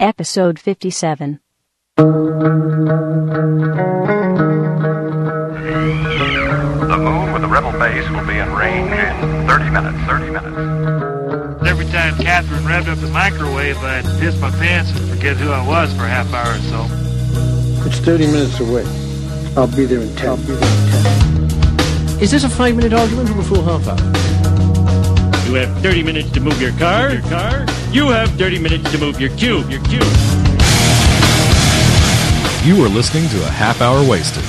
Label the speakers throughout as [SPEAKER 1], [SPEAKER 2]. [SPEAKER 1] Episode 57.
[SPEAKER 2] The moon with the rebel base will be in range in 30 minutes. 30 minutes.
[SPEAKER 3] Every time Catherine revved up the microwave, I'd piss my pants and forget who I was for a half hour or so.
[SPEAKER 4] It's 30 minutes away. I'll be there in 10. I'll be there in 10.
[SPEAKER 5] Is this a five minute argument or a full half hour?
[SPEAKER 6] You have 30 minutes to move your car. Your car. You have 30 minutes to move your cube. Your cube.
[SPEAKER 7] You are listening to a half hour wasted.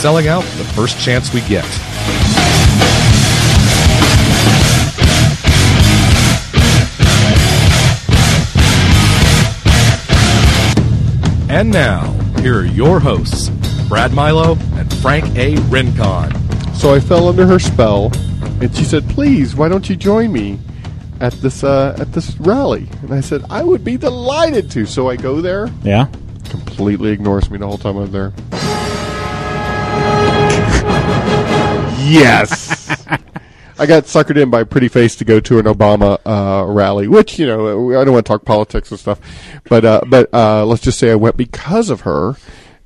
[SPEAKER 7] Selling out the first chance we get. And now, here are your hosts, Brad Milo and Frank A. Rincon.
[SPEAKER 8] So I fell under her spell, and she said, "Please, why don't you join me at this uh, at this rally?" And I said, "I would be delighted to." So I go there.
[SPEAKER 9] Yeah.
[SPEAKER 8] Completely ignores me the whole time I'm there. yes. I got suckered in by Pretty Face to go to an Obama uh, rally, which you know I don't want to talk politics and stuff, but uh, but uh, let's just say I went because of her,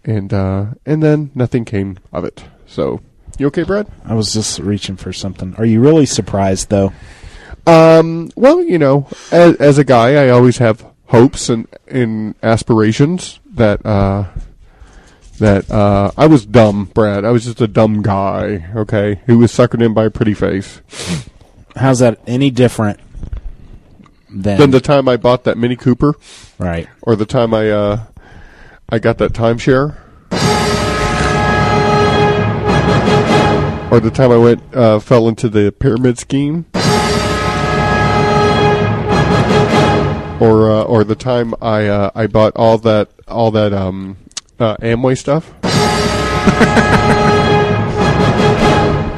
[SPEAKER 8] and uh, and then nothing came of it. So you okay, Brad?
[SPEAKER 9] I was just reaching for something. Are you really surprised, though?
[SPEAKER 8] Um, well, you know, as, as a guy, I always have hopes and, and aspirations that uh, that uh, I was dumb, Brad. I was just a dumb guy, okay, who was suckered in by a pretty face.
[SPEAKER 9] How's that any different than.
[SPEAKER 8] Then the time I bought that Mini Cooper,
[SPEAKER 9] right.
[SPEAKER 8] or the time I uh, I got that timeshare, or the time I went uh, fell into the pyramid scheme, or uh, or the time I uh, I bought all that all that um, uh, Amway stuff.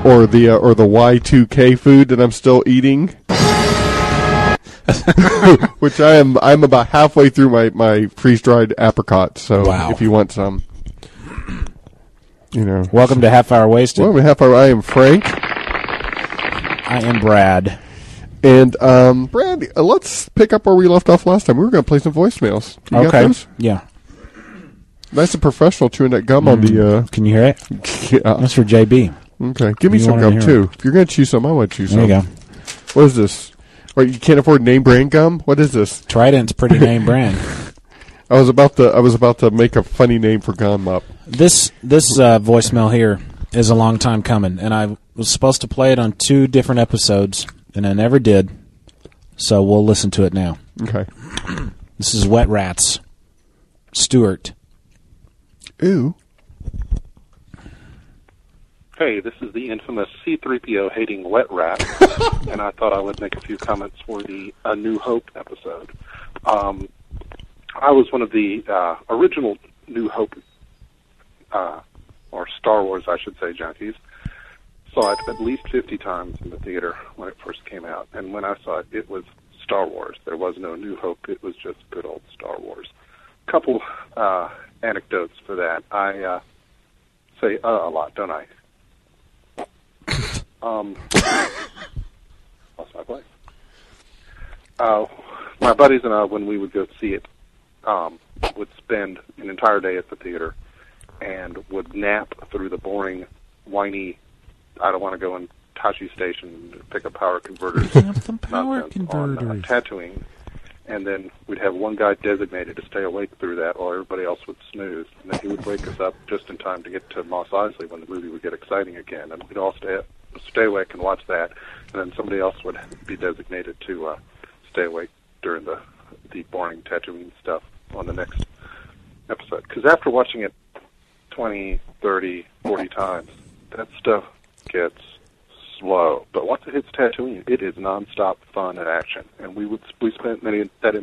[SPEAKER 8] Or the uh, or the Y two K food that I'm still eating which I am I'm about halfway through my, my freeze dried apricot. So
[SPEAKER 9] Wow.
[SPEAKER 8] if you want some, you know,
[SPEAKER 9] Welcome to Half Hour Wasted.
[SPEAKER 8] well, we half hour. I am Frank
[SPEAKER 9] I am Brad.
[SPEAKER 8] and um, Brad. uh, Let's pick up where we left off last time. We were going to play some voicemails. You got
[SPEAKER 9] okay.
[SPEAKER 8] those?
[SPEAKER 9] Yeah.
[SPEAKER 8] Nice and professional chewing that gum on the. Uh,
[SPEAKER 9] Can you hear it?
[SPEAKER 8] yeah.
[SPEAKER 9] That's for JB.
[SPEAKER 8] Okay, give me
[SPEAKER 9] Mm. You
[SPEAKER 8] some
[SPEAKER 9] wanted to
[SPEAKER 8] gum
[SPEAKER 9] hear
[SPEAKER 8] too. If you're going to chew some, I want to chew
[SPEAKER 9] There
[SPEAKER 8] some.
[SPEAKER 9] you go.
[SPEAKER 8] What is this? Wait, you can't afford name brand gum. What is this?
[SPEAKER 9] Trident's pretty name brand.
[SPEAKER 8] I was about to I was about to make a funny name for gum up.
[SPEAKER 9] This this uh, voicemail here is a long time coming, and I was supposed to play it on two different episodes, and I never did. So we'll listen to it now.
[SPEAKER 8] Okay.
[SPEAKER 9] This is Wet Rats. Stuart.
[SPEAKER 8] Ooh.
[SPEAKER 10] Hey, this is the infamous C3PO hating wet rat, and I thought I would make a few comments for the A New Hope episode. Um, I was one of the uh, original New Hope, uh, or Star Wars, I should say, junkies. Saw it at least 50 times in the theater when it first came out, and when I saw it, it was Star Wars. There was no New Hope, it was just good old Star Wars. Couple uh, anecdotes for that. I uh, say uh, a lot, don't I? Um, lost my place. Uh, my buddies and I, when we would go see it, um, would spend an entire day at the theater and would nap through the boring, whiny, I don't want to go in Tachi Station to pick up power converters. power converters. On, uh, Tatooine. And then we'd have one guy designated to stay awake through that, while everybody else would snooze. And then he would wake us up just in time to get to Moss Isley when the movie would get exciting again. And we'd all stay, stay awake and watch that. And then somebody else would be designated to uh, stay awake during the the boring Tatooine stuff on the next episode. Because after watching it 20, 30, 40 times, that stuff gets slow. But once it hits Tatooine, it is nonstop fun and action. And we would we spent many that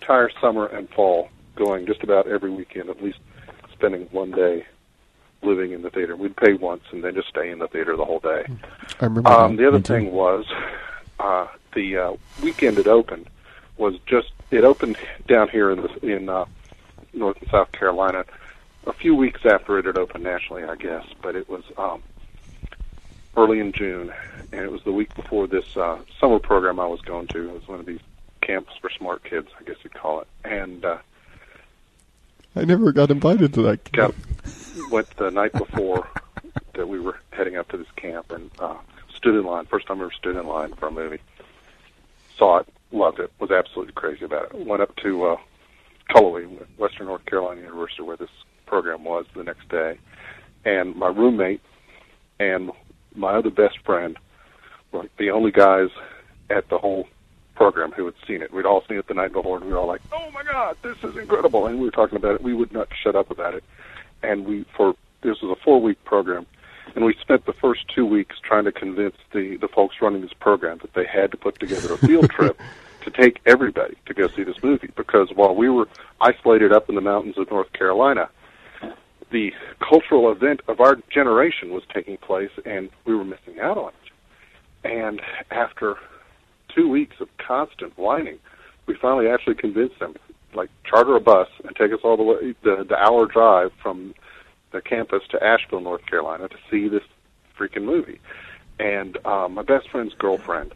[SPEAKER 10] entire summer and fall going just about every weekend, at least spending one day living in the theater. We'd pay once and then just stay in the theater the whole day.
[SPEAKER 8] I remember.
[SPEAKER 10] Um, the other
[SPEAKER 8] Me too.
[SPEAKER 10] thing was uh, the uh, weekend it opened was just it opened down here in the, in uh, North and South Carolina a few weeks after it had opened nationally, I guess. But it was um, early in June, and it was the week before this uh, summer program I was going to. It was one of these
[SPEAKER 5] camps for smart kids, I guess you'd call it, and uh,
[SPEAKER 8] I never got invited to that.
[SPEAKER 5] got went the night before that we were heading up to this camp and uh, stood in line. First time I ever stood in line for a movie. Saw it, loved it, was absolutely crazy about it. Went up to uh, Cullowhee, Western North Carolina University, where this program was the next day, and my roommate and my other best friend were like the only guys at the whole program who had seen it. We'd all seen it the night before, and we were all like, "Oh my God, this is incredible!" And we were talking about it. We would not shut up about it. And we for this was a four week program, and we spent the first two weeks trying to convince the the folks running this program that they had to put together a field trip to take everybody to go see this movie because while we were isolated up in the mountains of North Carolina. The cultural event of our generation was taking place, and we were missing out on it. And after two weeks of constant whining, we finally actually convinced them, like charter a bus and take us all the way the the hour drive from the campus to Asheville, North Carolina, to see this freaking movie. And uh, my best friend's girlfriend,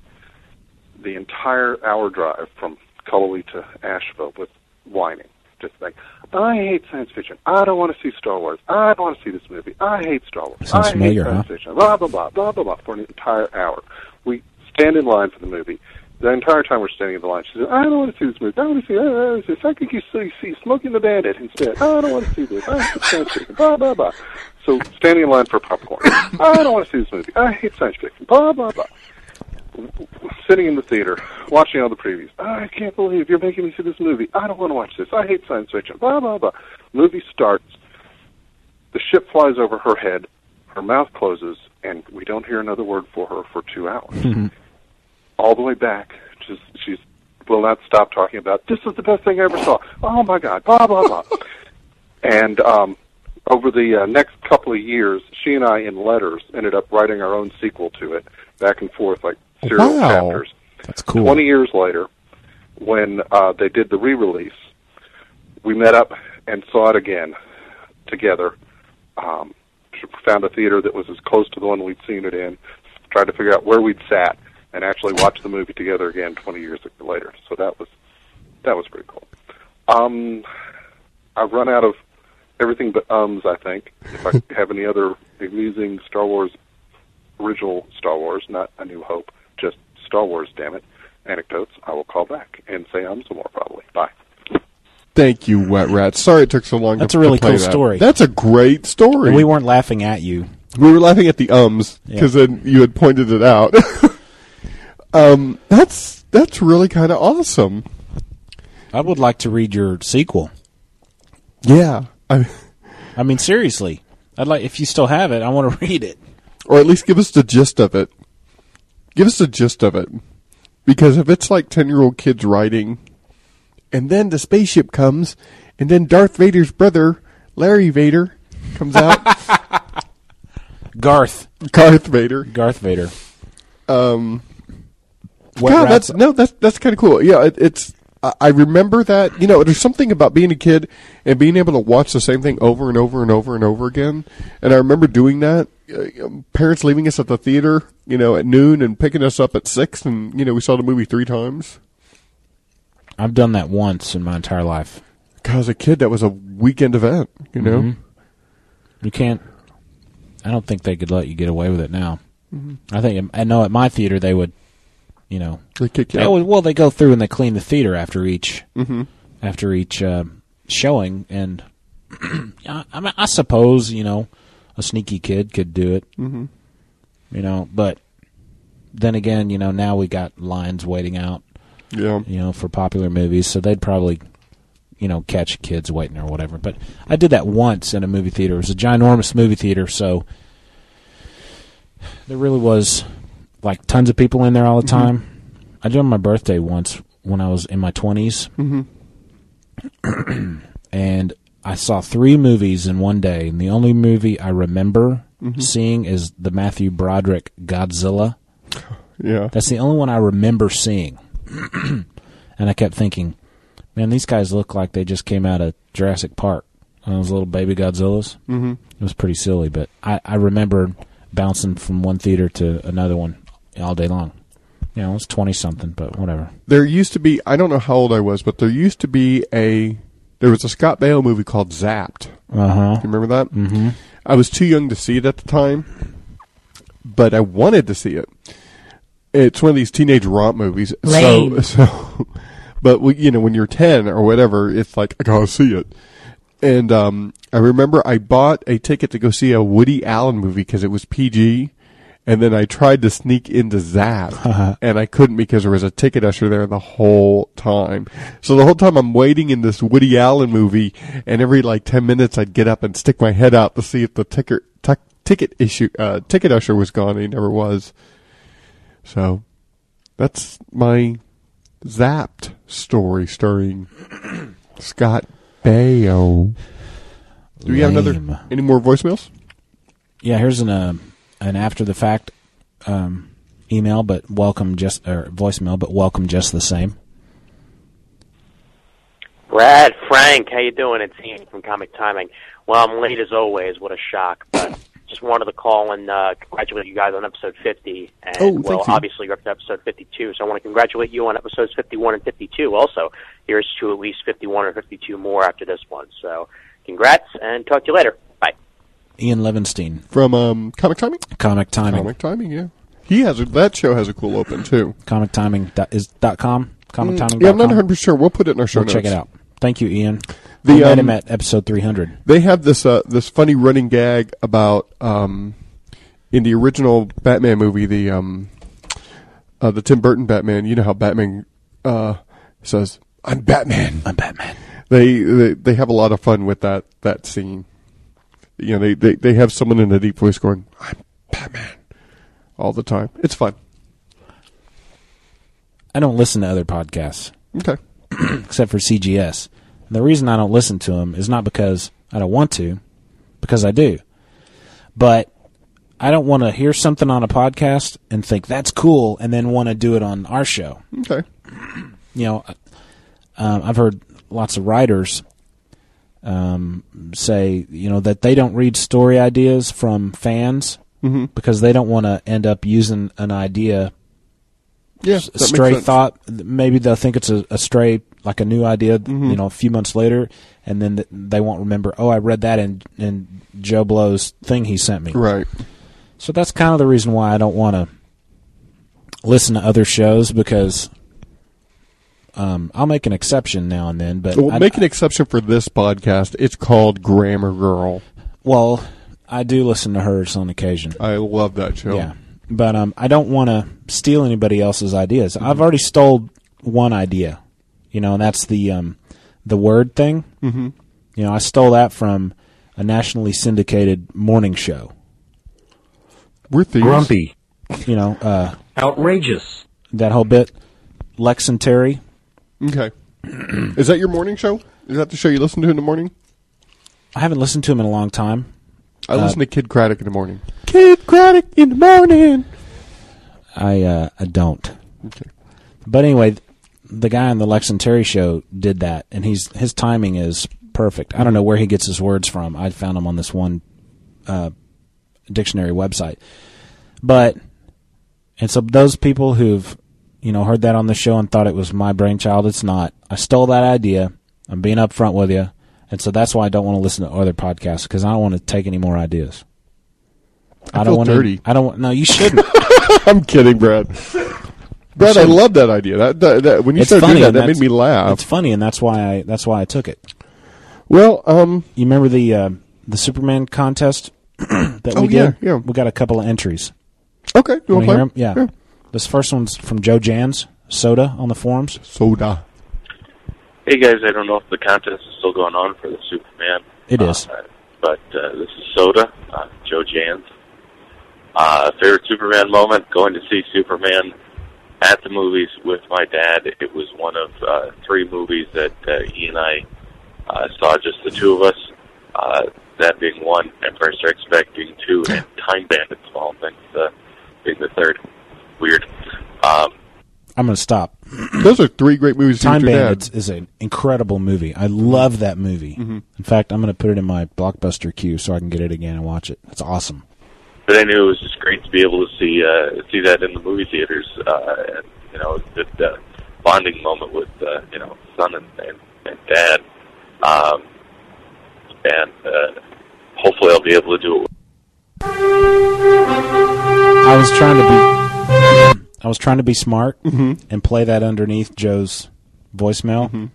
[SPEAKER 5] the entire hour drive from Cullowhee to Asheville, was whining, just like. I hate science fiction. I don't want to see Star Wars. I don't want to see this movie. I hate Star Wars.
[SPEAKER 9] Sounds
[SPEAKER 5] I hate
[SPEAKER 9] familiar, huh?
[SPEAKER 5] science fiction. Blah blah blah blah blah blah for an entire hour. We stand in line for the movie. The entire time we're standing in the line, she says, "I don't want to see this movie. I don't want to see. uh, I don't want to see this. I think you see, see Smoking the Bandit instead. I don't want to see this. I hate science fiction. Blah blah blah." So standing in line for popcorn. I don't want to see this movie. I hate science fiction. Blah blah blah sitting in the theater, watching all the previews. I can't believe you're making me see this movie. I don't want to watch this. I hate science fiction. Blah blah blah. Movie starts. The ship flies over her head. Her mouth closes, and we don't hear another word for her for two hours. all the way back, just she's will not stop talking about this is the best thing I ever saw. Oh my god. Blah blah blah. And um, over the uh, next couple of years, she and I, in letters, ended up writing our own sequel to it, back and forth, like serial
[SPEAKER 8] Wow.
[SPEAKER 5] chapters.
[SPEAKER 9] That's cool.
[SPEAKER 5] 20 years later, when uh, they did the re release, we met up and saw it again together. Um, found a theater that was as close to the one we'd seen it in, tried to figure out where we'd sat, and actually watched the movie together again 20 years later. So that was that was pretty cool. Um, I've run out of everything but ums, I think. If I have any other amusing Star Wars, original Star Wars, not A New Hope, just Star Wars, damn it, anecdotes, I will call back and say ums some more probably. Bye.
[SPEAKER 8] Thank you, Wet Rat. Sorry it took so long.
[SPEAKER 9] That's
[SPEAKER 8] to,
[SPEAKER 9] a really
[SPEAKER 8] to play
[SPEAKER 9] cool
[SPEAKER 8] that.
[SPEAKER 9] story.
[SPEAKER 8] That's a great story.
[SPEAKER 9] And we weren't laughing at you.
[SPEAKER 8] We were laughing at the ums because then you had pointed it out. um, that's that's really kind of awesome.
[SPEAKER 9] I would like to read your sequel.
[SPEAKER 8] Yeah, I,
[SPEAKER 9] I mean, seriously, I'd like if you still have it, I want to read it.
[SPEAKER 8] or at least give us the gist of it. Give us the gist of it, because if it's like ten-year-old kids writing, and then the spaceship comes, and then Darth Vader's brother Larry Vader comes out,
[SPEAKER 9] Garth,
[SPEAKER 8] Garth Vader.
[SPEAKER 9] Garth Vader.
[SPEAKER 8] Um,
[SPEAKER 9] Wet
[SPEAKER 8] God,
[SPEAKER 9] Rat's-
[SPEAKER 8] that's no, that's that's kind of cool. Yeah, it, it's. I- I remember that. You know, there's something about being a kid and being able to watch the same thing over and over and over and over again. And I remember doing that. Uh, Parents leaving us at the theater, you know, at noon and picking us up at six, and you know, we saw the movie three times.
[SPEAKER 9] I've done that once in my entire life.
[SPEAKER 8] God, as a kid, that was a weekend event. You know,
[SPEAKER 9] You can't. I don't think they could let you get away with it now. I think I know at my theater they would, you know,
[SPEAKER 8] they kick you.
[SPEAKER 9] they
[SPEAKER 8] out. Mm-hmm.
[SPEAKER 9] would, well they go through and they clean the theater after each after each uh, showing, and I, I, mean, I suppose you know a sneaky kid could do it, mm-hmm. you know, but then again, you know, now we got lines waiting out,
[SPEAKER 8] yeah,
[SPEAKER 9] you know, for popular movies, so they'd probably, you know, catch kids waiting or whatever. But I did that once in a movie theater. It was a ginormous movie theater, so there really was like tons of people in there all the time. I did it on my birthday once when I was in my 20s. and I saw three movies in one day, and the only movie I remember seeing is the Matthew Broderick Godzilla.
[SPEAKER 8] yeah.
[SPEAKER 9] That's the only one I remember seeing. and I kept thinking, man, these guys look like they just came out of Jurassic Park. Those little baby Godzillas. Mm-hmm. It was pretty silly, but I, I remember bouncing from one theater to another one all day long. You know, it's twenty something, but whatever.
[SPEAKER 8] There used to be, I don't know how old I was, but there used to be a, there was a Scott Baio movie called Zapped.
[SPEAKER 9] Uh huh.
[SPEAKER 8] You remember that? Mm-hmm. I was too young to see it at the time, but I wanted to see it. It's one of these teenage romp movies.
[SPEAKER 1] Lame.
[SPEAKER 8] So, so but we, you know, when you're ten or whatever, it's like I gotta see it. And um, I remember I bought a ticket to go see a Woody Allen movie because it was PG. And then I tried to sneak into Zap, and I couldn't because there was a ticket usher there the whole time. So the whole time I'm waiting in this Woody Allen movie, and every like ten minutes I'd get up and stick my head out to see if the ticker tuck ticket issue uh, ticket usher was gone. And he never was. So that's my Zapped story starring Scott Baio. Do we have
[SPEAKER 9] Lame.
[SPEAKER 8] another any more voicemails?
[SPEAKER 9] Yeah, here's an uh, an after the fact um, email, but welcome just or voicemail, but welcome just the same.
[SPEAKER 11] Brad, Frank, how you doing? It's Ian from Comic Timing. Well, I'm late as always. What a shock! But just wanted to call and uh, congratulate you guys on episode 50. And
[SPEAKER 8] Oh, thank
[SPEAKER 11] well,
[SPEAKER 8] you.
[SPEAKER 11] obviously you're up to episode 52, so I want to congratulate you on episodes 51 and 52. Also, here's to at least 51 or 52 more after this one. So, congrats, and talk to you later. Bye.
[SPEAKER 9] Ian Levinstein,
[SPEAKER 8] From um, Comic Timing?
[SPEAKER 9] comic timing,
[SPEAKER 8] Comic Timing, yeah. He has a, that show has a cool open too.
[SPEAKER 9] comic timing dot, is dot com, comic timing.
[SPEAKER 8] Mm, Yeah, I'm not 100 sure. We'll put it in our show
[SPEAKER 9] We'll
[SPEAKER 8] notes.
[SPEAKER 9] check it out. Thank you, Ian.
[SPEAKER 8] The,
[SPEAKER 9] I met
[SPEAKER 8] um,
[SPEAKER 9] him at episode 300.
[SPEAKER 8] They have this uh, this funny running gag about um, in the original Batman movie, the um, uh, the Tim Burton Batman. You know how Batman uh, says, "I'm Batman."
[SPEAKER 9] I'm Batman.
[SPEAKER 8] They, they they have a lot of fun with that that scene. You know, they, they they have someone in a deep voice going, "I'm Batman," all the time. It's fun.
[SPEAKER 9] I don't listen to other podcasts
[SPEAKER 8] Okay.
[SPEAKER 9] except for CGS. And the reason I don't listen to them is not because I don't want to, because I do. But I don't want to hear something on a podcast and think that's cool and then want to do it on our show.
[SPEAKER 8] Okay.
[SPEAKER 9] you know, um, I've heard lots of writers um, say, you know, that they don't read story ideas from fans
[SPEAKER 8] Mm-hmm.
[SPEAKER 9] because they don't want to end up using an idea,
[SPEAKER 8] Yeah.
[SPEAKER 9] a
[SPEAKER 8] that makes
[SPEAKER 9] stray
[SPEAKER 8] sense.
[SPEAKER 9] thought. Maybe they'll think it's a, a stray, like a new idea,
[SPEAKER 8] Mm-hmm.
[SPEAKER 9] you know, a few months later, and then th- they won't remember, oh, I read that in, in Joe Blow's thing he sent me.
[SPEAKER 8] Right.
[SPEAKER 9] So that's kind of the reason why I don't want to listen to other shows because um, I'll make an exception now and then. But
[SPEAKER 8] Well,
[SPEAKER 9] I,
[SPEAKER 8] make an exception for this podcast. It's called Grammar Girl.
[SPEAKER 9] well, I do listen to hers on occasion.
[SPEAKER 8] I love that show.
[SPEAKER 9] Yeah, but um, I don't want to steal anybody else's ideas.
[SPEAKER 8] Mm-hmm.
[SPEAKER 9] I've already stole one idea, you know, and that's the um, the word thing. Mm-hmm. You know, I stole that from a nationally syndicated morning show.
[SPEAKER 8] We're thieves.
[SPEAKER 9] You know, uh, outrageous that whole bit. Lex and Terry,
[SPEAKER 8] Okay. Is that your morning show? Is that the show you listen to in the morning?
[SPEAKER 9] I haven't listened to him in a long time.
[SPEAKER 8] I listen to Kid Craddock in the morning.
[SPEAKER 9] Uh, Kid Craddock in the morning. I uh, I don't.
[SPEAKER 8] Okay.
[SPEAKER 9] But anyway, th- the guy on the Lex and Terry show did that, and he's his timing is perfect. I don't know where he gets his words from. I found them on this one uh, dictionary website. But and so those people who've you know heard that on the show and thought it was my brainchild, it's not. I stole that idea. I'm being upfront with you, and so that's why I don't want to listen to other podcasts because I don't want to take any more ideas. I, don't
[SPEAKER 8] feel
[SPEAKER 9] want
[SPEAKER 8] dirty.
[SPEAKER 9] To, I don't. want- No, you shouldn't.
[SPEAKER 8] I'm kidding, Brad. Brad, I love that idea. That, that, that when you
[SPEAKER 9] it's
[SPEAKER 8] started
[SPEAKER 9] funny.
[SPEAKER 8] doing that,
[SPEAKER 9] and
[SPEAKER 8] that made
[SPEAKER 9] that's-
[SPEAKER 8] me laugh.
[SPEAKER 9] It's funny, and that's why I that's why I took it.
[SPEAKER 8] well, um,
[SPEAKER 9] You remember the uh, the Superman contest that
[SPEAKER 8] Oh,
[SPEAKER 9] we
[SPEAKER 8] yeah,
[SPEAKER 9] did?
[SPEAKER 8] yeah.
[SPEAKER 9] We got a couple of entries.
[SPEAKER 8] okay. You
[SPEAKER 9] Wanna
[SPEAKER 8] want to
[SPEAKER 9] hear
[SPEAKER 8] play?
[SPEAKER 9] 'em? Yeah. This first one's from Joe Jans, Soda on the forums.
[SPEAKER 8] Soda.
[SPEAKER 5] Hey guys, I don't know if the contest is still going on for the Superman.
[SPEAKER 9] It is.
[SPEAKER 5] Uh, but uh, this is Soda, uh, Joe Jans. Uh, favorite Superman moment: going to see Superman at the movies with my dad. It was one of uh, three movies that uh, he and I uh, saw, just the two of us. Uh, that being one, Empire Strikes Back being two, and Time Bandits of all things uh, being the third. Weird. Um,
[SPEAKER 9] I'm going to stop.
[SPEAKER 8] Those are three great movies. to
[SPEAKER 9] Time
[SPEAKER 8] do with your
[SPEAKER 9] Bandits
[SPEAKER 8] Dad.
[SPEAKER 9] is an incredible movie. I love that
[SPEAKER 8] Mm-hmm.
[SPEAKER 9] movie. In fact, I'm going to put it in my blockbuster queue so I can get it again and watch it. It's awesome.
[SPEAKER 1] but I knew it was just great to be able to see uh, see that in the movie theaters. Uh, and, you know, the uh, bonding moment with uh, you know son and, and, and dad, um, and uh, hopefully I'll be able to do it.
[SPEAKER 9] I was trying to be, I was trying to be smart
[SPEAKER 8] Mm-hmm.
[SPEAKER 9] and play that underneath Joe's voicemail,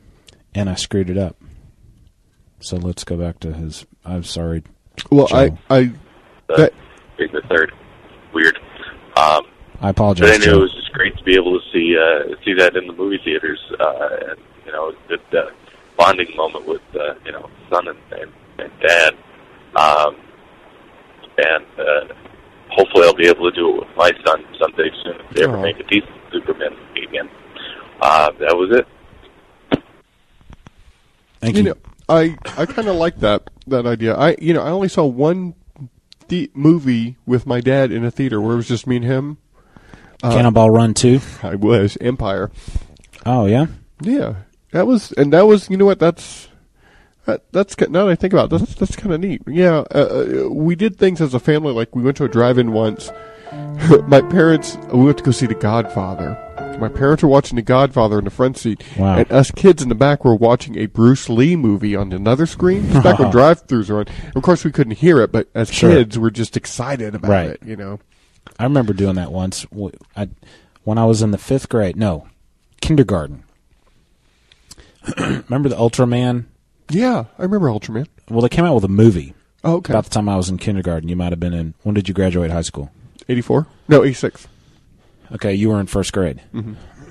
[SPEAKER 9] and I screwed it up. So let's go back to his. I'm sorry.
[SPEAKER 8] Well,
[SPEAKER 9] Joe.
[SPEAKER 8] I I
[SPEAKER 1] The,
[SPEAKER 8] that,
[SPEAKER 1] being the third, weird. Um,
[SPEAKER 9] I
[SPEAKER 1] but I
[SPEAKER 9] apologize.
[SPEAKER 1] knew it
[SPEAKER 9] Joe.
[SPEAKER 1] was just great to be able to see uh, see that in the movie theaters. Uh, and, you know, the, the bonding moment with uh, you know son and, and, and dad, um, and uh, hopefully I'll be able to do it with my son someday soon if they ever
[SPEAKER 8] Aw.
[SPEAKER 1] make a decent Superman movie again. Uh, that was it.
[SPEAKER 9] Thank
[SPEAKER 8] you
[SPEAKER 9] you.
[SPEAKER 8] know, I I kind of like that that idea. I you know I only saw one the- movie with my dad in a theater where it was just me and him. uh,
[SPEAKER 9] Cannonball Run Two.
[SPEAKER 8] I was Empire.
[SPEAKER 9] Oh yeah.
[SPEAKER 8] Yeah, that was, and that was, you know what? That's that, that's ki- now that I think about it, that's that's kind of neat. Yeah, uh, uh, we did things as a family. Like we went to a drive-in once. my parents, we went to go see The Godfather. My parents were watching The Godfather in the front seat,
[SPEAKER 9] Wow.
[SPEAKER 8] and us kids in the back were watching a Bruce Lee movie on another screen. It's back when drive-throughs were on. Of course, we couldn't hear it, but as
[SPEAKER 9] Sure.
[SPEAKER 8] kids, we're just excited about
[SPEAKER 9] Right.
[SPEAKER 8] it. You know,
[SPEAKER 9] I remember doing that once. W- I, when I was in the fifth grade, no, kindergarten. remember the Ultraman?
[SPEAKER 8] yeah, I remember Ultraman.
[SPEAKER 9] Well, they came out with a movie
[SPEAKER 8] Oh, okay,
[SPEAKER 9] about the time I was in kindergarten. You might have been in. When did you graduate high school?
[SPEAKER 8] eighty-four, no, eighty-six.
[SPEAKER 9] Okay, you were in first grade, and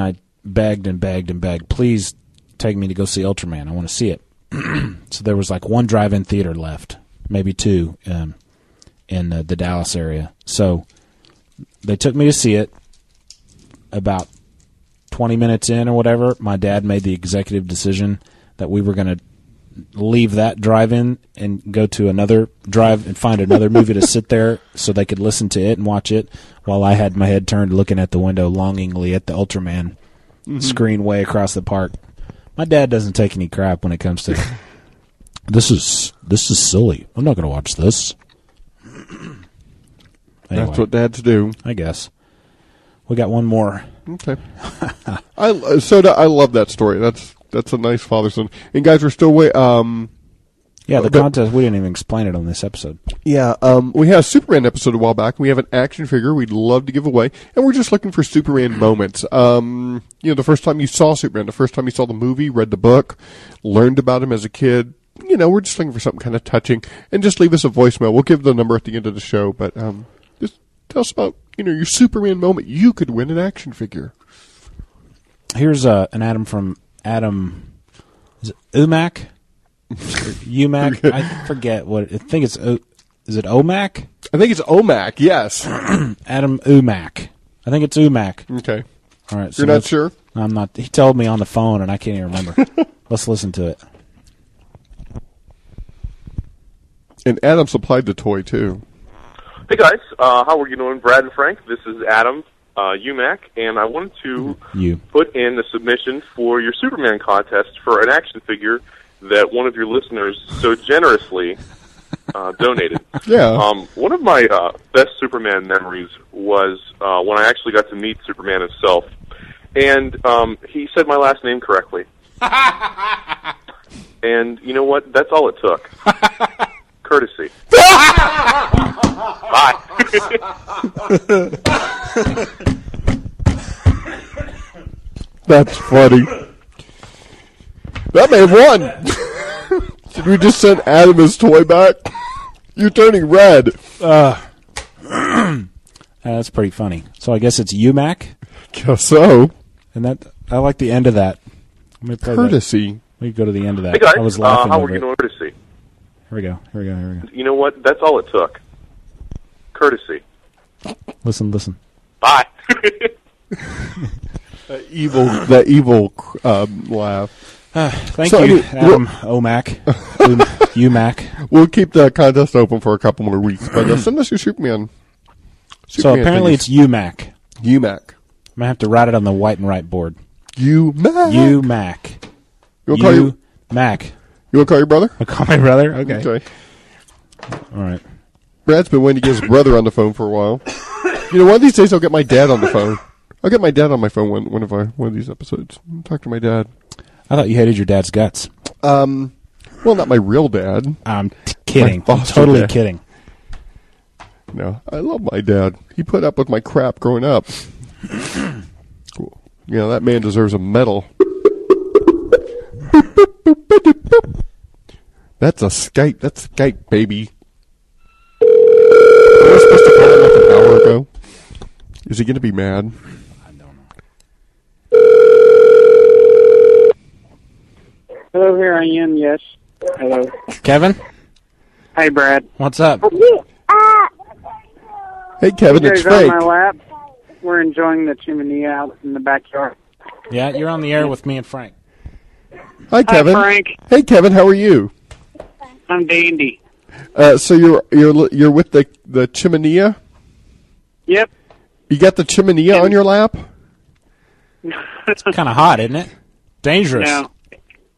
[SPEAKER 9] I begged and begged and begged. Please take me to go see Ultraman. I want to see it. so there was like one drive-in theater left, maybe two, um, in the, the Dallas area. So they took me to see it. About twenty minutes in or whatever, my dad made the executive decision that we were going to leave that drive-in and go to another drive and find another movie to sit there so they could listen to it and watch it while I had my head turned looking at the window longingly at the Ultraman screen way across the park. My dad doesn't take any crap when it comes to this is this is silly. I'm not going to watch this. Anyway,
[SPEAKER 8] That's what dads do.
[SPEAKER 9] I guess. We got one more.
[SPEAKER 8] Okay. I lo- so do- I love that story. That's that's a nice father son. And guys, we're still wait. Um,
[SPEAKER 9] Yeah, the
[SPEAKER 8] But-
[SPEAKER 9] contest we didn't even explain it on this episode.
[SPEAKER 8] yeah. Um, we had a Superman episode a while back. We have an action figure we'd love to give away, and we're just looking for Superman moments. Um, you know, the first time you saw Superman, the first time you saw the movie, read the book, learned about him as a kid. You know, we're just looking for something kind of touching, and just leave us a voicemail. We'll give the number at the end of the show, but um, just tell us about you know your Superman moment. You could win an action figure.
[SPEAKER 9] Here's uh, an Adam from Adam is it Umac? Or Umac? I forget what I think it's O is it Omac?
[SPEAKER 8] I think it's Omac. Yes.
[SPEAKER 9] Adam Umac. I think it's Umac.
[SPEAKER 8] okay.
[SPEAKER 9] All right. So
[SPEAKER 8] You're not
[SPEAKER 9] let's-
[SPEAKER 8] sure.
[SPEAKER 9] I'm not. He told me on the phone, and I can't even remember. let's listen to it.
[SPEAKER 8] And Adam supplied the toy too.
[SPEAKER 12] Hey guys, uh, how are you doing? Brad and Frank. This is Adam uh, UMAC, and I wanted to
[SPEAKER 9] You.
[SPEAKER 12] put in a submission for your Superman contest for an action figure that one of your listeners so generously uh, donated.
[SPEAKER 8] Yeah.
[SPEAKER 12] Um, one of my uh, best Superman memories was uh, when I actually got to meet Superman himself, and um, he said my last name correctly. and you know what? That's all it took. Courtesy. Bye.
[SPEAKER 8] That's funny. That may have won. Should we just send Adam his toy back? You're turning red.
[SPEAKER 9] Uh, that's pretty funny. So I guess it's Umac,
[SPEAKER 8] Guess so.
[SPEAKER 9] and that I like the end of that. Let me play that.
[SPEAKER 8] Courtesy.
[SPEAKER 9] Let me go to the end of that.
[SPEAKER 12] Hey guys,
[SPEAKER 9] I was
[SPEAKER 12] uh,
[SPEAKER 9] laughing
[SPEAKER 12] how
[SPEAKER 9] over
[SPEAKER 12] are you
[SPEAKER 9] it.
[SPEAKER 12] doing? Courtesy.
[SPEAKER 9] Here we go. Here we go. Here we go.
[SPEAKER 12] You know what? That's all it took. Courtesy.
[SPEAKER 9] Listen. Listen.
[SPEAKER 12] Bye.
[SPEAKER 8] That evil. That evil um, laugh.
[SPEAKER 9] Ah, Thank
[SPEAKER 8] So, I
[SPEAKER 9] you,
[SPEAKER 8] mean,
[SPEAKER 9] Adam Omac. Um, Umac.
[SPEAKER 8] We'll keep the contest open for a couple more weeks, but uh, send us your Superman.
[SPEAKER 9] So
[SPEAKER 8] Superman
[SPEAKER 9] apparently it's Umac. I'm
[SPEAKER 8] it's UMAC.
[SPEAKER 9] gonna have to write it on the white and right board.
[SPEAKER 8] UMAC.
[SPEAKER 9] Umac.
[SPEAKER 8] You want to call your, you
[SPEAKER 9] You Mac.
[SPEAKER 8] wanna call your brother?
[SPEAKER 9] I call my brother. Okay.
[SPEAKER 8] Okay.
[SPEAKER 9] All right.
[SPEAKER 8] Brad's been waiting to get his brother on the phone for a while. You know, one of these days I'll get my dad on the phone. I'll get my dad on my phone one one of our one of these episodes. Talk to my dad.
[SPEAKER 9] I thought you hated your dad's guts.
[SPEAKER 8] Um, well, not my real dad.
[SPEAKER 9] I'm t- kidding.
[SPEAKER 8] My foster
[SPEAKER 9] Totally
[SPEAKER 8] dad.
[SPEAKER 9] kidding.
[SPEAKER 8] No, I love my dad. He put up with my crap growing up. cool. You know that man deserves a medal. That's a Skype. That's Skype, baby. I was supposed to call him like an hour ago. Is he going to be mad?
[SPEAKER 3] Hello, here I am. Yes. Hello.
[SPEAKER 9] Kevin,
[SPEAKER 3] Hey, Brad.
[SPEAKER 9] what's up?
[SPEAKER 8] Hey, Kevin,
[SPEAKER 3] Peter's
[SPEAKER 8] it's Frank.
[SPEAKER 3] on my lap. We're enjoying the chimney out in the backyard.
[SPEAKER 9] Yeah, you're on the air with me and Frank.
[SPEAKER 8] Hi, Kevin.
[SPEAKER 3] Frank.
[SPEAKER 8] Hey, Kevin, how are you?
[SPEAKER 3] I'm dandy.
[SPEAKER 8] Uh, so you're you're li- you're with the the chimenea.
[SPEAKER 3] Yep.
[SPEAKER 8] You got the chimenea on your lap.
[SPEAKER 9] It's kind of hot, isn't it? Dangerous.
[SPEAKER 3] No.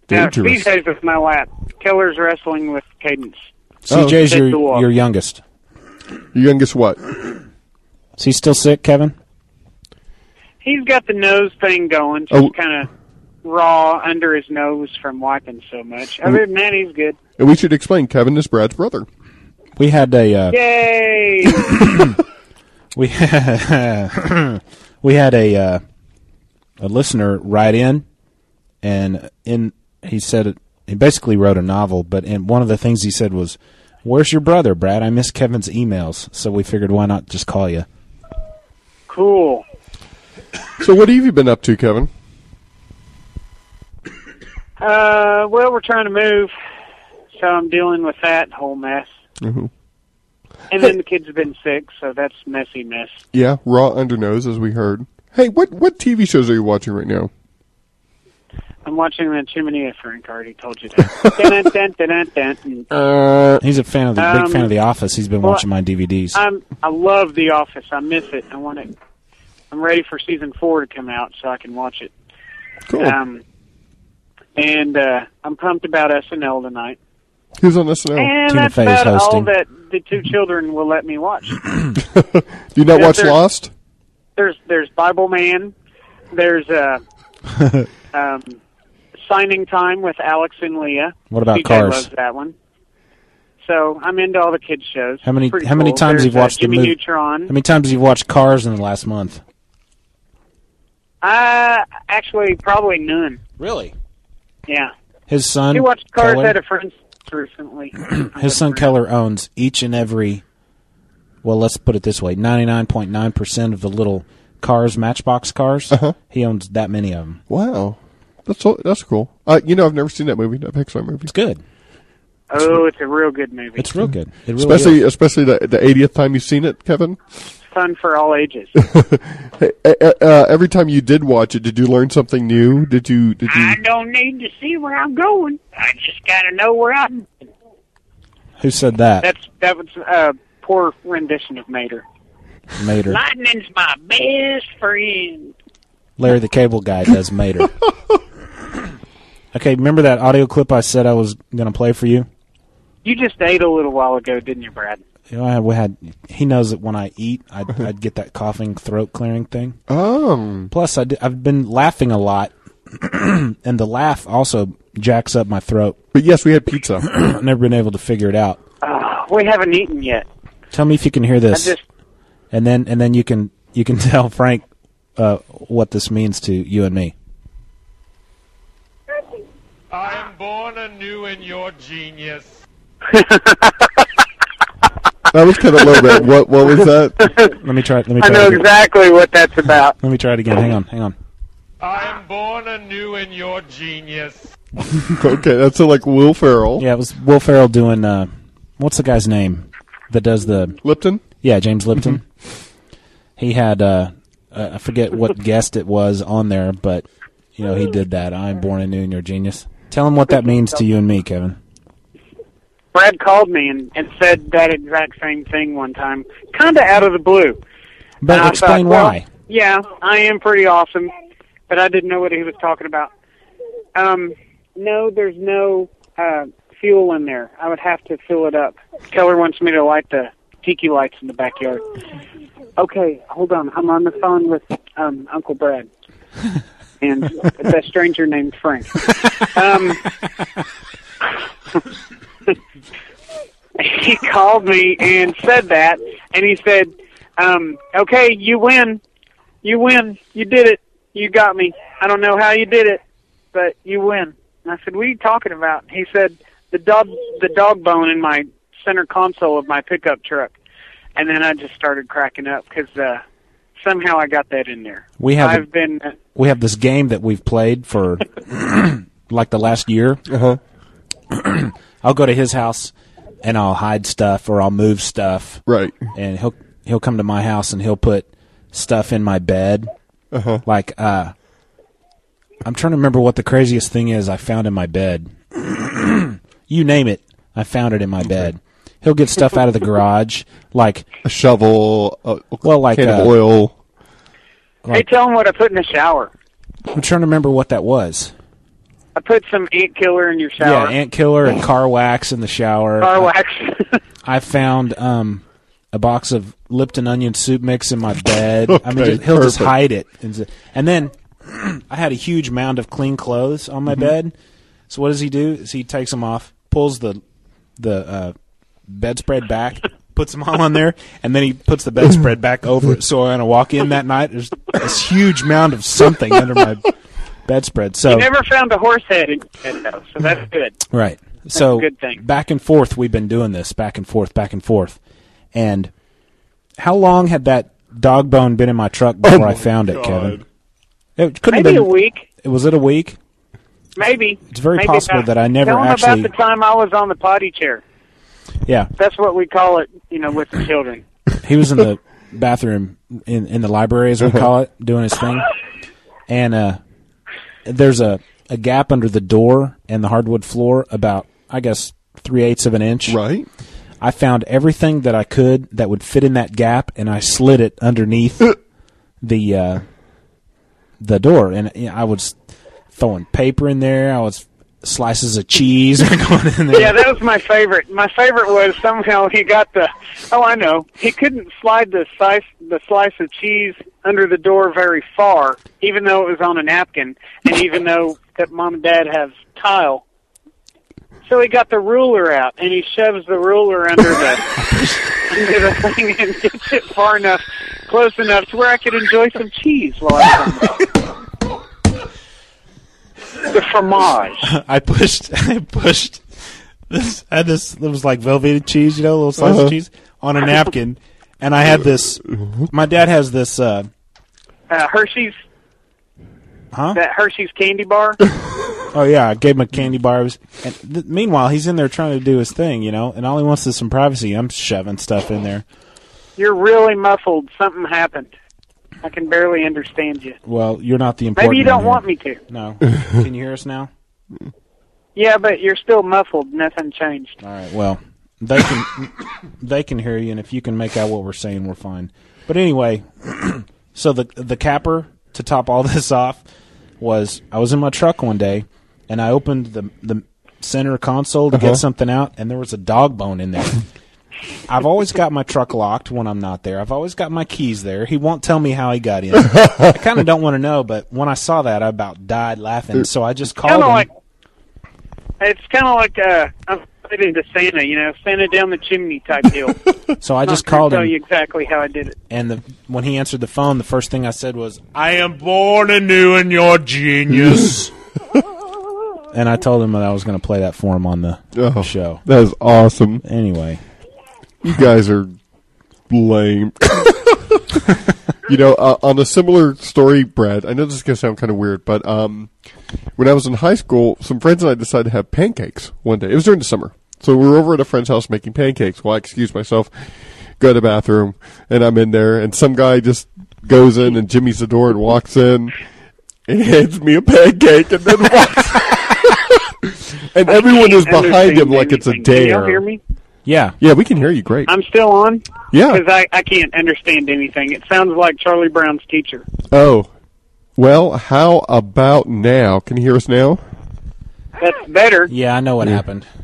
[SPEAKER 3] No, CJ's with my lap. Keller's wrestling with Cadence.
[SPEAKER 9] CJ's
[SPEAKER 3] Oh, Hit
[SPEAKER 9] your
[SPEAKER 3] the wall.
[SPEAKER 9] your youngest.
[SPEAKER 8] Your youngest what?
[SPEAKER 9] Is he still sick, Kevin?
[SPEAKER 3] He's got the nose thing going, just
[SPEAKER 9] Oh.
[SPEAKER 3] kind of raw under his nose from wiping so much. Other than that, he's good.
[SPEAKER 8] And we should explain. Kevin is Brad's brother.
[SPEAKER 9] We had a uh,
[SPEAKER 3] Yay!
[SPEAKER 9] we we had a uh, a listener write in, and in he said he basically wrote a novel, but and one of the things he said was, "Where's your brother, Brad? I miss Kevin's emails." So we figured, why not just call you?
[SPEAKER 3] cool.
[SPEAKER 8] So what have you been up to, Kevin?
[SPEAKER 3] Uh, well, we're trying to move, so I'm dealing with that whole mess.
[SPEAKER 8] Mhm.
[SPEAKER 3] And then the kids have been sick, so that's messy mess.
[SPEAKER 8] Yeah, raw undernose, as we heard. Hey, what what TV shows are you watching right now?
[SPEAKER 3] I'm watching the Chimney. Frank already told you that. Dun, dun, dun, dun, dun, dun.
[SPEAKER 9] He's a fan of the
[SPEAKER 3] Um,
[SPEAKER 9] big fan of The Office. He's been
[SPEAKER 3] well,
[SPEAKER 9] watching my DVDs.
[SPEAKER 3] I'm, I love The Office. I miss it. I want it. I'm ready for season four to come out so I can watch it.
[SPEAKER 8] Cool.
[SPEAKER 3] Um, and uh, I'm pumped about SNL tonight.
[SPEAKER 8] Who's on
[SPEAKER 9] Oh,
[SPEAKER 8] SNL?
[SPEAKER 3] and that's about all that the two children will let me watch.
[SPEAKER 8] Do you not
[SPEAKER 3] Yes,
[SPEAKER 8] watch
[SPEAKER 3] sir.
[SPEAKER 8] Lost?
[SPEAKER 3] There's there's Bible Man. There's uh, um, signing time with Alex and Leah.
[SPEAKER 9] What about
[SPEAKER 3] TJ
[SPEAKER 9] Cars?
[SPEAKER 3] Loves that one. So I'm into all the kids shows.
[SPEAKER 9] How many
[SPEAKER 3] It's pretty
[SPEAKER 9] how many
[SPEAKER 3] cool.
[SPEAKER 9] times
[SPEAKER 3] There's,
[SPEAKER 9] you've
[SPEAKER 3] uh,
[SPEAKER 9] watched
[SPEAKER 3] Jimmy
[SPEAKER 9] the movie?
[SPEAKER 3] Neutron?
[SPEAKER 9] How many times you've watched Cars in the last month?
[SPEAKER 3] Uh, actually, probably none.
[SPEAKER 9] Really?
[SPEAKER 3] Yeah.
[SPEAKER 9] His son.
[SPEAKER 3] he watched Cars
[SPEAKER 9] Keller?
[SPEAKER 3] at a friend's recently.
[SPEAKER 9] His son Keller owns each and every. Well, let's put it this way: ninety-nine point nine percent of the little cars, Matchbox cars, he owns that many of them.
[SPEAKER 8] Wow, that's so, that's cool. Uh, you know, I've never seen that movie, that Pixar movie. It's
[SPEAKER 9] good,
[SPEAKER 3] oh, it's a real good movie.
[SPEAKER 9] It's real good. It really
[SPEAKER 8] especially
[SPEAKER 9] is.
[SPEAKER 8] especially the the 80th time you've seen it, Kevin.
[SPEAKER 3] It's fun for all ages.
[SPEAKER 8] Hey, uh, uh, uh, every time you did watch it, did you learn something new? Did you did you?
[SPEAKER 3] I don't need to see where I'm going. I just gotta know where I'm.
[SPEAKER 9] Who said that?
[SPEAKER 3] That's that was a poor rendition of Mater.
[SPEAKER 9] Mater.
[SPEAKER 3] Lightning's my best friend.
[SPEAKER 9] Larry the Cable Guy does Mater. okay, remember that audio clip I said I was going to play for you?
[SPEAKER 3] You just ate a little while ago, didn't you, Brad?
[SPEAKER 9] You know, I- we had. He knows that when I eat, I'd, I'd get that coughing, throat clearing thing.
[SPEAKER 8] Oh.
[SPEAKER 9] Plus, I have been laughing a lot, and the laugh also jacks up my throat.
[SPEAKER 8] But yes, we had pizza.
[SPEAKER 9] I've never been able to figure it out.
[SPEAKER 3] Uh, we haven't eaten yet.
[SPEAKER 9] Tell me if you can hear this,
[SPEAKER 3] I just
[SPEAKER 9] and then and then you can you can tell Frank uh, what this means to you and me.
[SPEAKER 13] I'm born anew in your genius.
[SPEAKER 8] That was kind of low. But what what was that?
[SPEAKER 9] Let me try. Let me
[SPEAKER 3] I
[SPEAKER 9] try.
[SPEAKER 3] know
[SPEAKER 9] it again.
[SPEAKER 3] exactly what that's about.
[SPEAKER 9] Let me try it again. Hang on. Hang on.
[SPEAKER 13] I'm born anew in your genius.
[SPEAKER 8] okay, that's uh, like Will Ferrell.
[SPEAKER 9] Yeah, it was Will Ferrell doing. Uh, what's the guy's name that does the
[SPEAKER 8] Lipton?
[SPEAKER 9] Yeah, James
[SPEAKER 3] Mm-hmm.
[SPEAKER 9] Lipton. he had uh, uh, I forget what guest it was on there, but you know he did that. I'm born anew and you're a genius. Tell him what that means to you and me, Kevin.
[SPEAKER 3] Brad called me and, and said that exact same thing one time, kind of out of the blue.
[SPEAKER 9] But
[SPEAKER 3] And I
[SPEAKER 9] explain
[SPEAKER 3] thought, well,
[SPEAKER 9] why.
[SPEAKER 3] yeah, I am pretty awesome, but I didn't know what he was talking about. Um, no, there's no uh, fuel in there. I would have to fill it up. Keller wants me to light the tiki lights in the backyard. Okay, hold on. I'm on the phone with um, Uncle Brad and a stranger named Frank. Um, he called me and said that, and he said, um, "Okay, you win, you win, you did it, you got me. I don't know how you did it, but you win." And I said, "What are you talking about?" He said, "The dog, the dog bone in my center console of my pickup truck," and then I just started cracking up because uh, somehow I got that in there.
[SPEAKER 9] We have
[SPEAKER 3] I've been. uh,
[SPEAKER 9] we have this game that we've played for like the last year. Uh-huh. I'll go to his house and I'll hide stuff or I'll move stuff.
[SPEAKER 8] Right.
[SPEAKER 9] And he'll he'll come to my house and he'll put stuff in my bed.
[SPEAKER 8] Uh-huh.
[SPEAKER 9] Like uh I'm trying to remember what the craziest thing is I found in my bed. you name it, I found it in my bed. He'll get stuff out of the garage like
[SPEAKER 8] a shovel, a
[SPEAKER 9] well like
[SPEAKER 8] can of
[SPEAKER 9] uh,
[SPEAKER 8] oil.
[SPEAKER 3] hey, tell him what I put in the shower.
[SPEAKER 9] I'm trying to remember what that was.
[SPEAKER 3] I put some ant killer in your
[SPEAKER 9] Yeah,
[SPEAKER 3] shower.
[SPEAKER 9] ant killer and car wax in the shower.
[SPEAKER 3] Car wax.
[SPEAKER 9] I found um, a box of Lipton onion soup mix in my bed. I mean,
[SPEAKER 8] Okay,
[SPEAKER 9] just, he'll just
[SPEAKER 8] perfect.
[SPEAKER 9] hide it, and, s- and then I had a huge mound of clean clothes on my
[SPEAKER 8] Mhm.
[SPEAKER 9] bed. So what does he do? Is he takes them off, pulls the the uh, bedspread back, puts them all on there, and then he puts the bedspread back over it. So when I walk in that night, there's this huge mound of something under my bedspread. So
[SPEAKER 3] you never found a horse head in your bed, though, so that's good.
[SPEAKER 9] Right.
[SPEAKER 3] That's
[SPEAKER 9] So
[SPEAKER 3] a good thing.
[SPEAKER 9] back and forth, we've been doing this back and forth, back and forth. And how long had that dog bone been in my truck before I found it, Kevin? It couldn't
[SPEAKER 3] Maybe
[SPEAKER 9] have
[SPEAKER 3] a
[SPEAKER 9] been,
[SPEAKER 3] week.
[SPEAKER 9] It was it a week?
[SPEAKER 3] Maybe
[SPEAKER 9] It's very
[SPEAKER 3] Maybe
[SPEAKER 9] possible
[SPEAKER 3] not.
[SPEAKER 9] that I never
[SPEAKER 3] Tell him
[SPEAKER 9] actually-
[SPEAKER 3] about the time I was on the potty chair.
[SPEAKER 9] Yeah,
[SPEAKER 3] That's what we call it, you know, with the children.
[SPEAKER 9] he was in the bathroom in in the library as we call it, doing his thing. And uh, there's a a gap under the door and the hardwood floor, about I guess three eighths of an inch. Right. I found everything that I could that would fit in that gap, and I slid it underneath the uh, the door, and you know, I was throwing paper in there. I was slices of cheese going in there.
[SPEAKER 3] Yeah, that was my favorite. My favorite was somehow he got the. Oh, I know. He couldn't slide the slice the slice of cheese under the door very far, even though it was on a napkin, and even though that mom and dad have tile. So he got the ruler out and he shoves the ruler under the under the thing and gets it far enough, close enough to where I could enjoy some cheese while I was on the the fromage.
[SPEAKER 9] I pushed. I pushed. This I had this. It was like velveted cheese, you know, a little slice
[SPEAKER 3] Uh-huh.
[SPEAKER 9] of cheese on a napkin, and I had this. My dad has this. Uh,
[SPEAKER 3] uh, Hershey's.
[SPEAKER 9] Huh?
[SPEAKER 3] That Hershey's candy bar.
[SPEAKER 9] oh yeah, I gave him a candy bar. It was- And th- meanwhile, he's in there trying to do his thing, you know, and all he wants is some privacy. I'm shoving stuff in there.
[SPEAKER 3] You're really muffled. Something happened. I can barely understand you.
[SPEAKER 9] Well, you're not the important.
[SPEAKER 3] Maybe you don't
[SPEAKER 9] one
[SPEAKER 3] want me to.
[SPEAKER 9] here. No. Can you hear us now?
[SPEAKER 3] Yeah, but you're still muffled. Nothing changed.
[SPEAKER 9] All right. Well, they can they can hear you, and if you can make out what we're saying, we're fine. But anyway, so the the capper to top all this off was I was in my truck one day, and I opened the the center console to
[SPEAKER 8] Uh-huh.
[SPEAKER 9] get something out, and there was a dog bone in there. I've always got my truck locked when I'm not there. I've always got my keys there. He won't tell me how he got in. I kind of don't want to know, but when I saw that, I about died laughing. So I just called
[SPEAKER 3] Kinda
[SPEAKER 9] him.
[SPEAKER 3] like- It's kind of like uh, I'm related to Santa. You know, Santa down the chimney type deal.
[SPEAKER 9] so I
[SPEAKER 3] I'm
[SPEAKER 9] just
[SPEAKER 3] not gonna
[SPEAKER 9] called
[SPEAKER 3] tell
[SPEAKER 9] him.
[SPEAKER 3] you exactly how I did it.
[SPEAKER 9] And the, when he answered the phone, the first thing I said was,
[SPEAKER 13] I am born anew in your genius.
[SPEAKER 9] and I told him that I was going to play that for him on the
[SPEAKER 8] Oh.
[SPEAKER 9] show.
[SPEAKER 8] That is awesome.
[SPEAKER 9] Anyway,
[SPEAKER 8] you guys are lame. you know, uh, on a similar story, Brad. I know this is going to sound kind of weird, but um, when I was in high school, some friends and I decided to have pancakes one day. It was during the summer, so we were over at a friend's house making pancakes. Well, I excused myself, go to the bathroom, and I'm in there, and some guy just goes in and jimmies the door and walks in. And hands me a pancake and then walks. and everyone is
[SPEAKER 3] Understand
[SPEAKER 8] behind him like it's a
[SPEAKER 3] anything. Can
[SPEAKER 8] dare.
[SPEAKER 3] y'all hear me?
[SPEAKER 9] Yeah.
[SPEAKER 8] Yeah, we can hear you great.
[SPEAKER 3] I'm still on.
[SPEAKER 8] Yeah.
[SPEAKER 3] Because I, I can't understand anything. It sounds like Charlie Brown's teacher.
[SPEAKER 8] Oh. Well, how about now? Can you hear us now?
[SPEAKER 3] That's better.
[SPEAKER 9] Yeah, I know what
[SPEAKER 8] Yeah.
[SPEAKER 9] happened.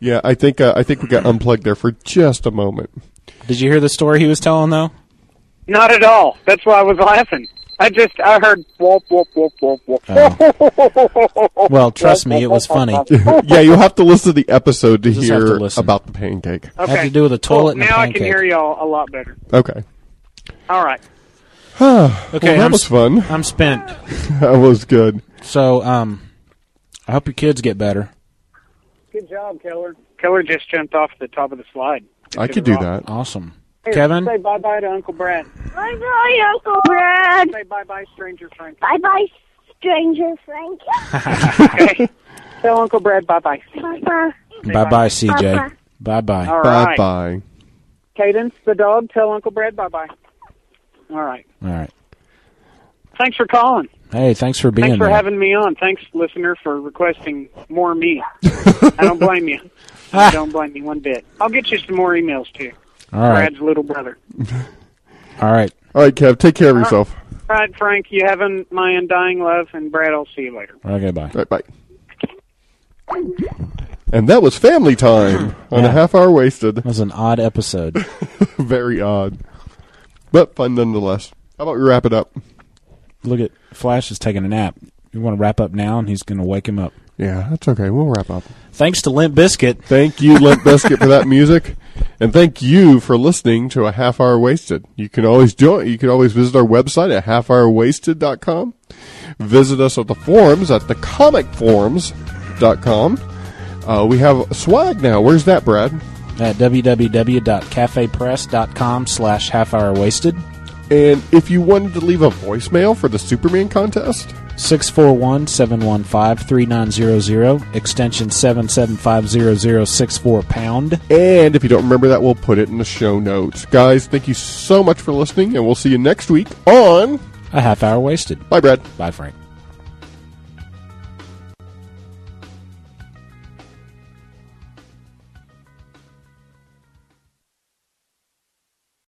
[SPEAKER 8] Yeah, I think uh, I think we got unplugged there for just a moment.
[SPEAKER 9] Did you hear the story he was telling though?
[SPEAKER 3] Not at all. That's why I was laughing. I just I heard whoop whoop whoop whoop whoop.
[SPEAKER 9] Well, Oh, trust me, it was funny.
[SPEAKER 8] yeah, you'll have to listen to the episode to
[SPEAKER 9] Oh. Just have to
[SPEAKER 8] hear
[SPEAKER 9] listen.
[SPEAKER 8] about the pancake.
[SPEAKER 3] Okay.
[SPEAKER 9] Had to do with a
[SPEAKER 3] Well,
[SPEAKER 9] toilet and a
[SPEAKER 3] now I can
[SPEAKER 9] pancake.
[SPEAKER 3] hear y'all a lot better.
[SPEAKER 8] Okay.
[SPEAKER 3] All right.
[SPEAKER 8] okay,
[SPEAKER 9] Okay,
[SPEAKER 8] that
[SPEAKER 9] I'm
[SPEAKER 8] was
[SPEAKER 9] s-
[SPEAKER 8] fun.
[SPEAKER 9] I'm spent.
[SPEAKER 8] that was good.
[SPEAKER 9] So, um, I hope your kids get better.
[SPEAKER 3] Good job, Keller. Keller just jumped off the top of the slide.
[SPEAKER 9] I
[SPEAKER 3] could do
[SPEAKER 9] that. Awesome. Kevin?
[SPEAKER 3] Say bye bye to Uncle Brad.
[SPEAKER 14] Bye bye, Uncle Brad.
[SPEAKER 3] Say bye bye, Stranger Frank.
[SPEAKER 14] Bye bye, Stranger Frank.
[SPEAKER 3] okay. Tell Uncle Brad bye bye.
[SPEAKER 14] Papa.
[SPEAKER 9] Bye bye, CJ.
[SPEAKER 14] Bye-bye.
[SPEAKER 9] Bye bye.
[SPEAKER 3] All right.
[SPEAKER 8] Bye.
[SPEAKER 3] Cadence, the dog, tell Uncle Brad bye bye. All right.
[SPEAKER 9] All right.
[SPEAKER 3] Thanks for calling.
[SPEAKER 9] Hey, thanks for being
[SPEAKER 3] Thanks for
[SPEAKER 9] there.
[SPEAKER 3] having me on. Thanks, listener, for requesting more me. I don't blame you. I don't blame you one bit. I'll get you some more emails too.
[SPEAKER 9] All right.
[SPEAKER 3] Brad's little brother.
[SPEAKER 9] All right.
[SPEAKER 8] All right, Kev. Take care of yourself.
[SPEAKER 3] All right, Frank, you have un- my undying love, and Brad, I'll see you later.
[SPEAKER 9] Okay, bye.
[SPEAKER 8] All right, bye. And that was family time on a half hour wasted. That
[SPEAKER 9] was an odd episode.
[SPEAKER 8] Very odd, but fun nonetheless. How about we wrap it up?
[SPEAKER 9] Look at Flash is taking a nap. You want to wrap up now, and he's going to wake him up.
[SPEAKER 8] Yeah, that's okay. We'll wrap up.
[SPEAKER 9] Thanks to Limp Biscuit.
[SPEAKER 8] Thank you, Limp Biscuit, for that music, and thank you for listening to a half hour wasted. You can always join. You can always visit our website at halfhourwasted.com. Visit us at the forums at thecomicforums.com. Uh, we have swag now. Where's that, Brad?
[SPEAKER 9] At www.cafepress.com slash half hour wasted.
[SPEAKER 8] And if you wanted to leave a voicemail for the Superman contest,
[SPEAKER 9] 641 715 3900, extension 7750064 pound.
[SPEAKER 8] And if you don't remember that, we'll put it in the show notes. Guys, thank you so much for listening, and we'll see you next week on
[SPEAKER 9] A Half Hour Wasted.
[SPEAKER 8] Bye, Brad.
[SPEAKER 9] Bye, Frank.